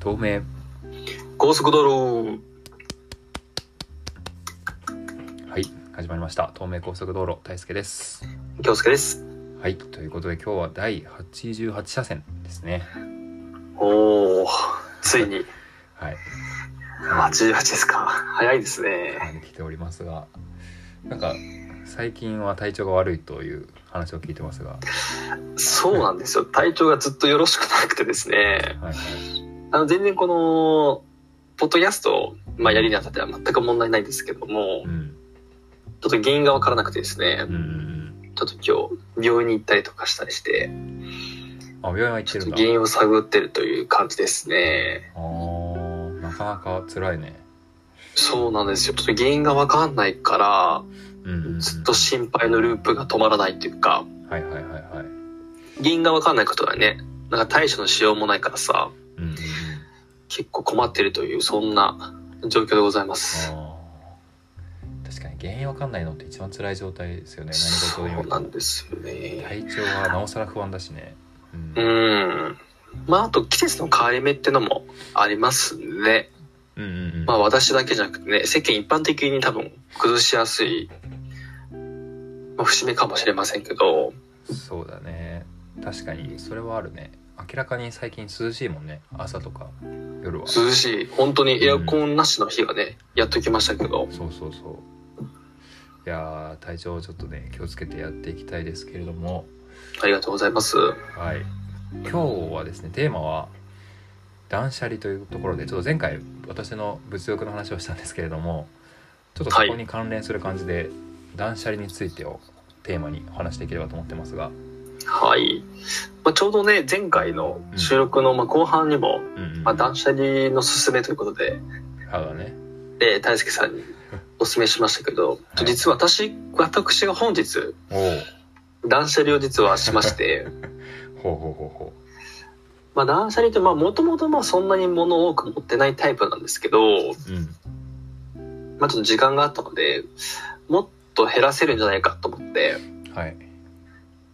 透明高速道路はい始まりました東名高速道路大輔です京介ですはいということで今日は第88車線ですねおおついにはい88ですか早いですね来ておりますがなんか最近は体調が悪いという話を聞いてますがはそうなんですよ体調がずっとよろしくなくてですねいはいあの全然このポッドキャストを、まあ、やりにあたっては全く問題ないんですけどもうんちょっと原因がわからなくてですねうんうんちょっと今日病院に行ったりとかしたりしてうんあ病院は行っちてょっるんとだ原因を探ってるという感じですねあーなかなか辛いねそうなんですよちょっと原因がわかんないからうんうんうんずっと心配のループが止まらないというかはいはいはいはい原因が分かんないことはねなんか対処のしようもないからさうんうんうん結構困ってるというそんな状況でございますあー確かに原因わかんないのって一番辛い状態ですよねそ何事においうてもなんですよね体調はなおさら不安だしね、うんう、んまああと季節の変わり目ってのもありますねうんうんうんまあ私だけじゃなくてね世間一般的に多分崩しやすい、まあ、節目かもしれませんけどそうだね確かにそれはあるね明らかに最近涼しいもんね朝とか夜はそう涼しい本当にエアコンなしの日がねやっときましたけどそうそういやー体調をちょっとね気をつけてやっていきたいですけれどもありがとうございますはい今日はですねテーマは断捨離というところでちょっと前回私の物欲の話をしたんですけれどもちょっとそこに関連する感じで、断捨離についてをテーマにお話していければと思ってますが、はい、まあ、ちょうどね前回の収録のまあ後半にも、うんうんうんまあ、断捨離のすすめということで歯がねで大輔さんにお勧めしましたけどはい実は私私が本日おお断捨離を実はしましてほうほうほうほまあ断捨離ってもともとそんなに物を多く持ってないタイプなんですけど、ううんまあ、ちょっと時間があったのでもっと減らせるんじゃないかと思って。はい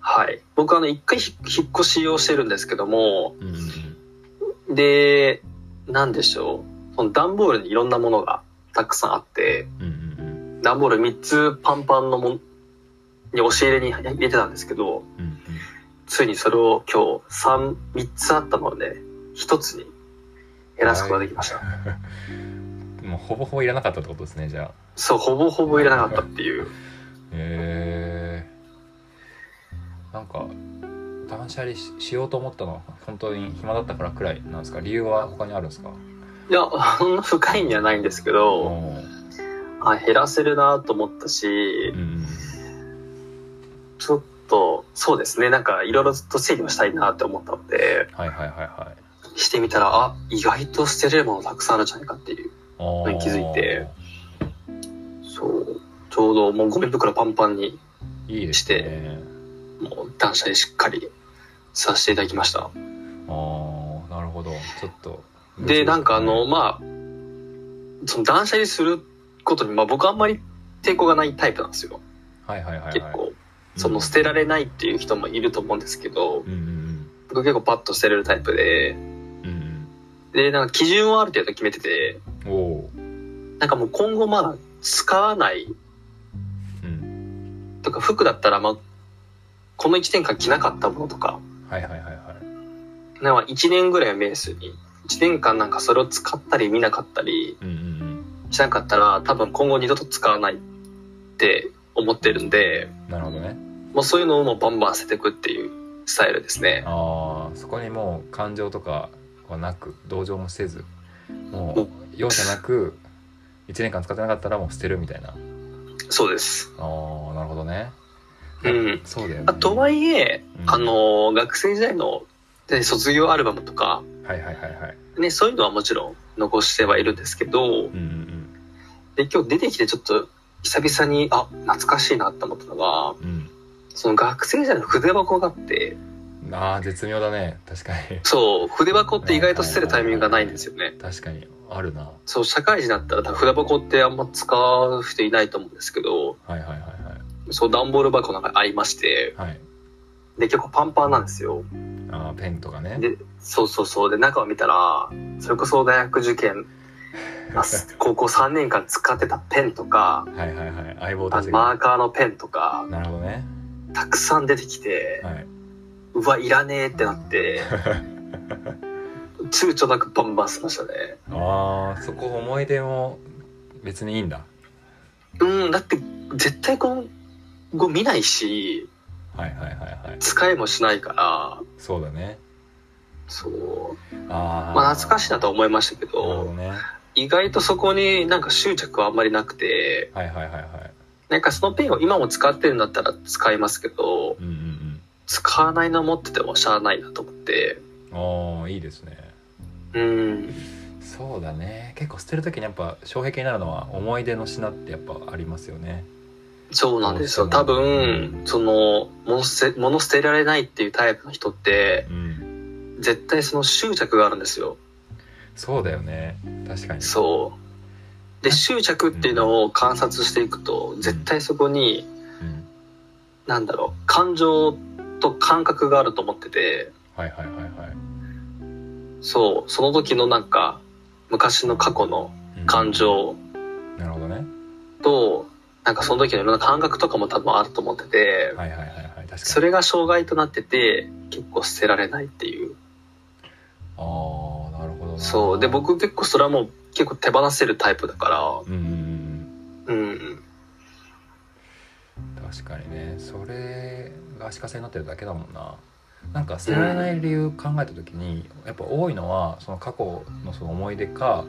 はい、僕あの一回ひ引っ越しをしてるんですけどもうんうんうんで何でしょうその段ボールにいろんなものがたくさんあってうんうん段ボール3つパンパンのもんに押し入れに入れてたんですけどうんうんついにそれを今日三3つあったので1つに減らすことができました、うんもうほぼほぼいらなかったってことですねじゃあそうほぼほぼいらなかったっていうへえんか断捨離ししようと思ったのは本当に暇だったからくらいなんですか理由は他にあるんですかいやそんな深いんじゃないんですけど、おあ減らせるなと思ったしーうんちょっとそうですねなんかいろいろと整理をしたいなって思ったのではいはいはいはいしてみたらあ意外と捨てれるものたくさんあるんじゃないかっていうおー気づいてそうちょうどもうゴミ袋パンパンにいいですしねもう断捨離しっかりさせていただきましたああなるほどちょっとでなんかあのまあその断捨離することに、まあ、僕あんまり抵抗がないタイプなんですよはいはいはいはい結構その捨てられないっていう人もいると思うんですけどうんうん僕結構パッと捨てれるタイプでうんうんでなんか基準をある程度決めててうんおおーなんかもう今後まあ使わないうんとか服だったらまあこの1年間着なかったものとかはいはいはいはいなんか1年ぐらいを目安に1年間なんかそれを使ったり見なかったりうんうんうんしなかったら多分今後二度と使わないって思ってるんでなるほどねもうそういうのをもうバンバン捨てていくっていうスタイルですねああそこにもう感情とかはなく同情もせずももうう容赦なく1年間使ってなかったらもう捨てるみたいなあそうですあなるほどねうんそうだよねあとはいえ、うんあの学生時代ので卒業アルバムとか、はいはいはいはいね、そういうのはもちろん残してはいるんですけどうんうんで今日出てきてちょっと久々にあ懐かしいなって思ったのがうんその学生時代の筆箱があってうんああ絶妙だね確かに そう筆箱って意外と捨てるタイミングがないんですよね確かにあるなそう社会人だったら多分筆箱ってあんま使う人いないと思うんですけどはいはいはいそう段ボール箱なんかありましてはいはいで結構パンパンなんですよあーペンとかねで、そうそうそう。で、中を見たら、それこそ大学受験、あす高校3年間使ってたペンとか、はいはいはい相棒あたちマがーカーのペンとか、なるほどねたくさん出てきて、はいうわ、いらねえってなって、躊躇なくバンバンしましたね。あーそこ思い出も別にいいんだうん、だって、絶対今後見ないし、はいはいはいはい使いもしないから、そうだねそう。あーまあ、懐かしいなとは思いましたけなるほどど、ね意外とそこになんか執着はあんまりなくて、はいはいはいはいなんかそのペンを今も使ってるんだったら使いますけど、うんうん使わないの持っててもしゃあないなと思って。うんおーいいですねうん。そうだね結構捨てる時にやっぱ障壁になるのは思い出の品ってやっぱありますよねそうなんですよ。そ多うですね分、その、物捨て、物捨てられないっていうタイプの人って、うん絶対その執着があるんですよ。そうだよね確かにそう。で、執着っていうのを観察していくと、絶対そこに、うん、なんだろう、感情と感覚があると思ってて、はいはいはいはいそう、その時のなんか、昔の過去のうん感情なるほどねと、なんかその時のいろんな感覚とかも多分あると思ってて、はいはいはいはい確かにそれが障害となってて、結構捨てられないっていう。ああなるほどなそう。で、僕結構それはもう結構手放せるタイプだかうんうんうんら、うん。確かにねそれが足かせになってるだけだもんななんか捨てられない理由考えた時に、やっぱ多いのはその過去のその思い出か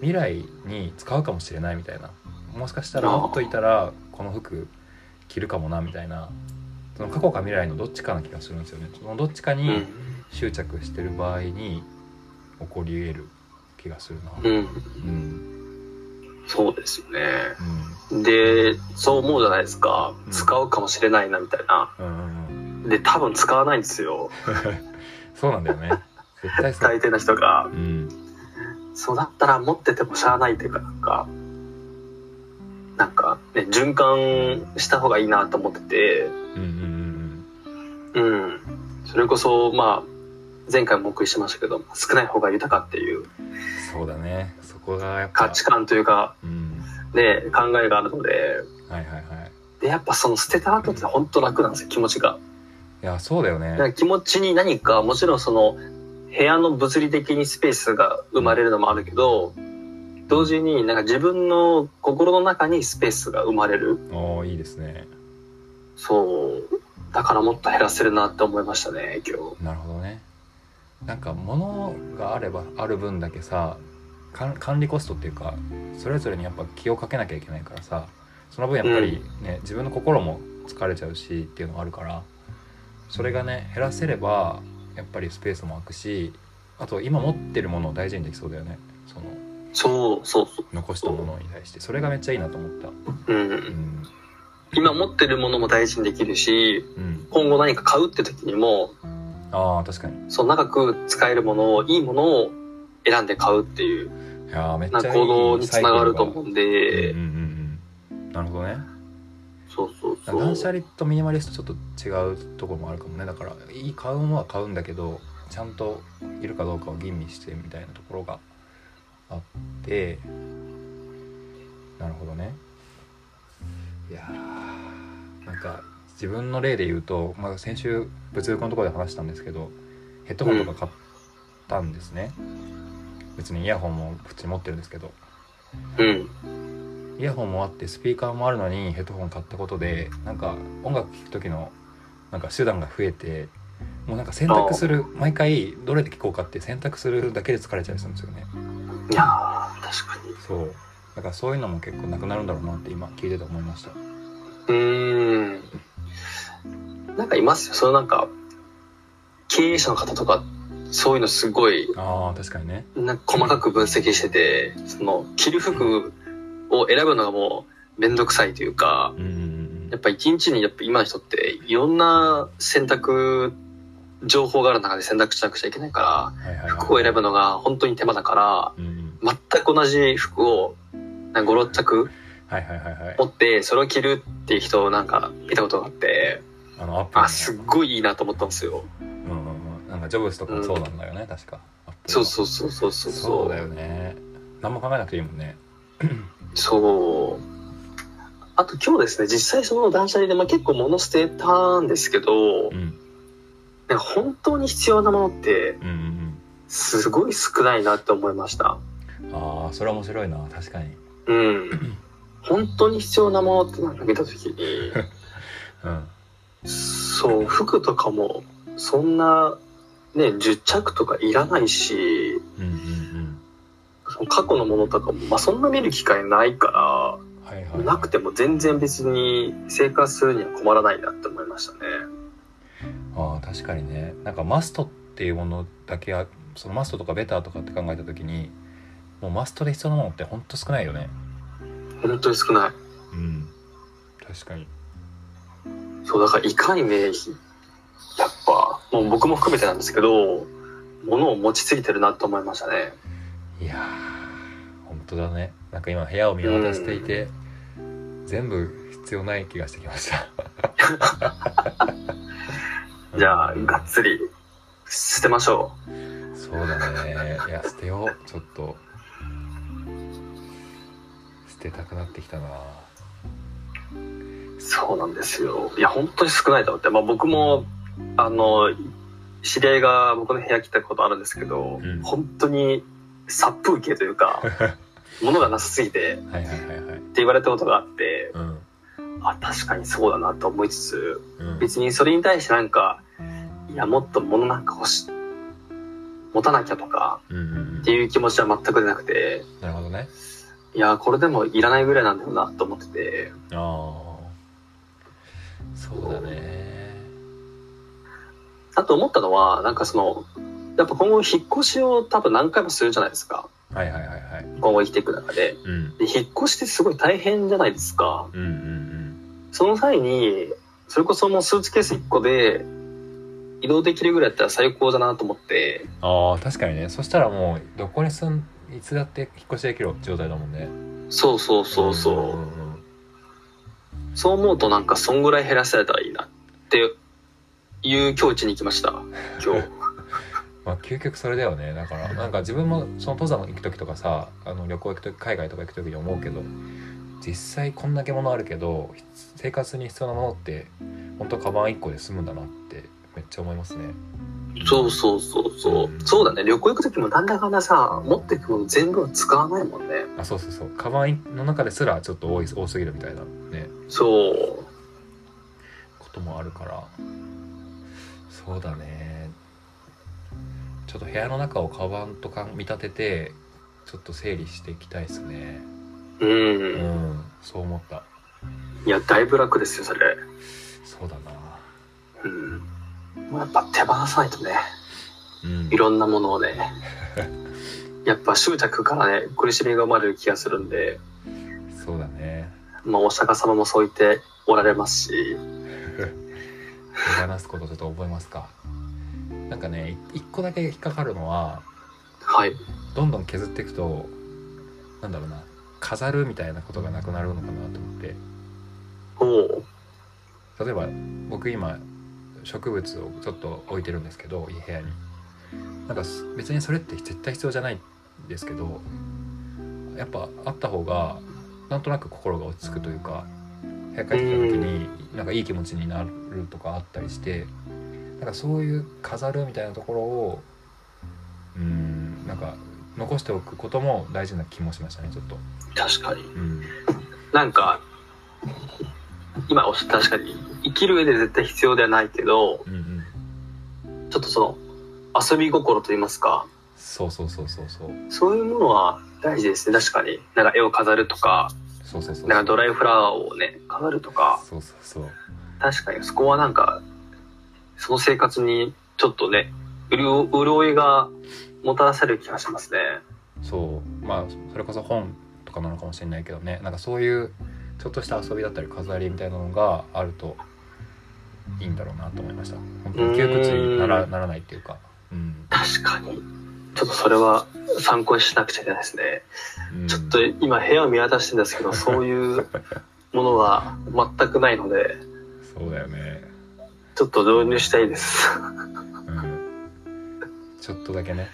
未来に使うかもしれないみたいなもしかしたらあーもっといたらこの服着るかもなみたいなその過去か未来のどっちかな気がするんですよねそのどっちかうにん。執着してる場合に起こり得る気がするなうん。うんそうですよね。うで、そう思うじゃないですかう。ん使うかもしれないな、みたいな。んうんうんうんで、多分使わないんですよ。そうなんだよね絶対そう大抵の人が。うんそうだったら持っててもしゃあないっていうか、なんか、なんか、ね、循環した方がいいなと思ってて、うんうんうんうん。それこそ、まあ、前回もお送りしましたけど、少ない方が豊かっていううんそうだねそこがやっぱ価値観というか、うんね、考えがあるので、はいはいはいで、やっぱその捨てた後って本当楽なんですよ、気持ちが。いやそうだよだかねら気持ちに何か、もちろんその、部屋の物理的にスペースが生まれるのもあるけど、同時になんか自分の心の中にスペースが生まれる。おーいいですねそう。だからもっと減らせるなって思いましたね、今日。なるほどねなんか物があればある分だけさかん管理コストっていうかそれぞれにやっぱ気をかけなきゃいけないからさその分やっぱりね、自分の心も疲れちゃうしっていうのがあるからそれがね減らせればやっぱりスペースも空くしあと今持ってるものを大事にできそうだよねそのそうそうそ残したものに対してそれがめっちゃいいなと思った、う。う。うんん今持ってるものも大事にできるし、うん、今後何か買うって時にも、ああ確かにそう長く使えるものを、いいものを選んで買うっていう、いやーめっちゃないんいか行動につながると思ううんうんで、うんうんなるほどねそうそうそう。断捨離とミニマリストちょっと違うところもあるかもねだからいい買うのは買うんだけどちゃんといるかどうかを吟味してみたいなところがあってなるほどねいやーなんか自分の例で言うと、まあ、先週物欲のところで話したんですけどヘッドホンとか買ったんですね、別にイヤホンも普通に持ってるんですけどうん。イヤホンもあってスピーカーもあるのにヘッドホン買ったことでなんか音楽聴く時のなんか手段が増えてもうなんか選択する毎回どれで聴こうかって選択するだけで疲れちゃいそうなんですよねいやー、確かに。そうだからそういうのも結構なくなるんだろうなって今聞いてて思いましたうーん。なんかいますよ。そのなんか、経営者の方とか、そういうのすごいあー確かにねなんか細かく分析しててその着る服を選ぶのがもう面倒くさいというかうんうんうんやっぱ一日にやっぱ今の人っていろんな選択情報がある中で選択しなくちゃいけないかはいはいはいら服を選ぶのが本当に手間だかうんうんら全く同じ服を56着はいはいはいはい持ってそれを着るっていう人をなんか見たことがあってあのアップルのあすっごいいいなと思ったんですようんうんうんなんかなジョブズとかもそうなんだよね、確かそうそうそうそうそううそうだよね何も考えなくていいもんねそうあと今日ですね実際その断捨離で、まあ、結構物捨てたんですけどうんなんか本当に必要なものってうんうんすごい少ないなって思いましたうんああそれは面白いな確かにうん本当に必要なものってなんか見た時にうんそう服とかもそんなね10着とかいらないしうんうんその過去のものとかも、まあ、そんな見る機会ないかうんはいはい、はらい、なくても全然別に生活するには困らないなって思いましたねああ確かにねなんかマストっていうものだけはそのマストとかベターとかって考えた時にもうマストで必要なものってほんと少ないよね本当に少ないうん確かにそうだからいかにねやっぱもう僕も含めてなんですけど物を持ちすぎてるなと思いましたねいやー本当だねなんか今部屋を見渡していて全部必要ない気がしてきました じゃあがっつり捨てましょそうだねいや捨てようちょっと捨てたくなってきたなうそうなんですよいや本当に少ないだろうって、まあ、僕もあの知り合いが僕の部屋来たことあるんですけど、うん本当に殺風景とい うか物がなさすぎてってはいはいはいはい言われたことがあってうんあ確かにそうだなと思いつつうん別にそれに対してなんかいやもっと物なんか欲し持たなきゃとかうんうんうんっていう気持ちは全くなくてなるほどねいやこれでもいらないぐらいなんだよなと思っててああそうだねあと思ったのはなんかそのやっぱ今後引っ越しを多分何回もするじゃないですかはいはいはいはい、今後生きていく中でうん、で引っ越しってすごい大変じゃないですかうんうんその際にそれこそもうスーツケース1個で移動できるぐらいだったら最高だなと思ってうんああ確かにねそしたらもうどこに住んいつだって引っ越しできる状態だもんねそうそうそうそう、んんうんそう思うとなんかそんぐらい減らせたらいいなっていう境地に行きました今日まあ究極それだよねだからなんか自分もその登山行く時とかさあの旅行行く時海外とか行く時に思うけど実際こんだけ物あるけどひ生活に必要なものって本当カバン1個で済むんだなってめっちゃ思いますねそうそうそうそうそうだね旅行行く時もなんだかんださ持ってくもの全部は使わないもんねあそうそうそうカバンの中ですらちょっと多い多すぎるみたいなねそうこともあるからそうだねちょっと部屋の中をカバンとか見立ててちょっと整理していきたいですねううんんそう思ったいやだいぶ楽ですよそれそうだなうんもうやっぱ手放さないとねうんいろんなものをねやっぱ執着からね苦しみが生まれる気がするんで、そうだねまあ、お釈迦様もそう言っておられますし手放すことちょっと覚えますかなんかねい一個だけ引っかかるのははいどんどん削っていくとなんだろうな飾るみたいなことがなくなるのかなと思っておう例えば僕今植物をちょっと置いてるんですけどいい部屋になんかす別にそれって絶対必要じゃないんですけどやっぱあった方がなんとなく心が落ち着くというか部屋帰ってきた時になんかいい気持ちになるとかあったりしてなんかそういう飾るみたいなところをうーんなんか残しておくことも大事な気もしましたねちょっと。確かにうんなんか今おっしゃった確かに生きる上で絶対必要ではないけどうんうん、ちょっとその遊び心といいますかそうそうそうそうそうそういうものは大事ですね確かになんか絵を飾るとかそうそうそうそうなんかドライフラワーをね飾るとかそうそうそう確かにそこはなんかその生活にちょっとね潤潤いがもたらされる気がしますねそうまあそれこそ本とかなのかもしれないけどねなんかそういうちょっとした遊びだったり飾りみたいなのがあるといいんだろうなと思いました本当に窮屈にならうーんならないっていうかうん、確かにちょっとそれは参考にしなくちゃいけないですねうんちょっと今部屋を見渡してるんです けどそういうものは全くないのでそうだよねちょっと導入したいです。うんちょっとだけね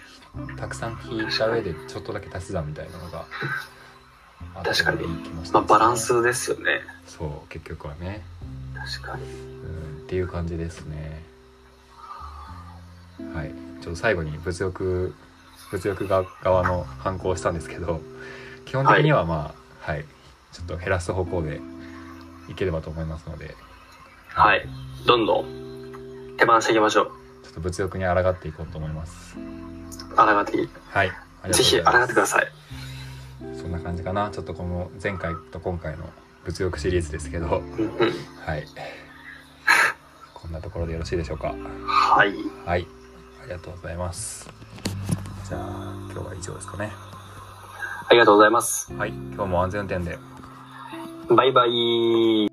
たくさん引いた上でちょっとだけ足す算みたいなのがあった確かにいい気もし まますねあ、バランスですよねそう結局はね、確かにうん、っていう感じですねはいちょっと最後に物欲物欲が側の反抗をしたんですけど基本的にはまあはい、ちょっと減らす方向でいければと思いますのではいどんどん手放していきましょうちょっと物欲に抗っていこうと思いますあらがってはいありがとうございますぜひあらがってくださいそんな感じかなちょっとこの前回と今回の物欲シリーズですけどうんうん はいこんなところでよろしいでしょうかはいはいありがとうございますじゃあ今日は以上ですかねありがとうございますはい今日も安全運転でバイバイ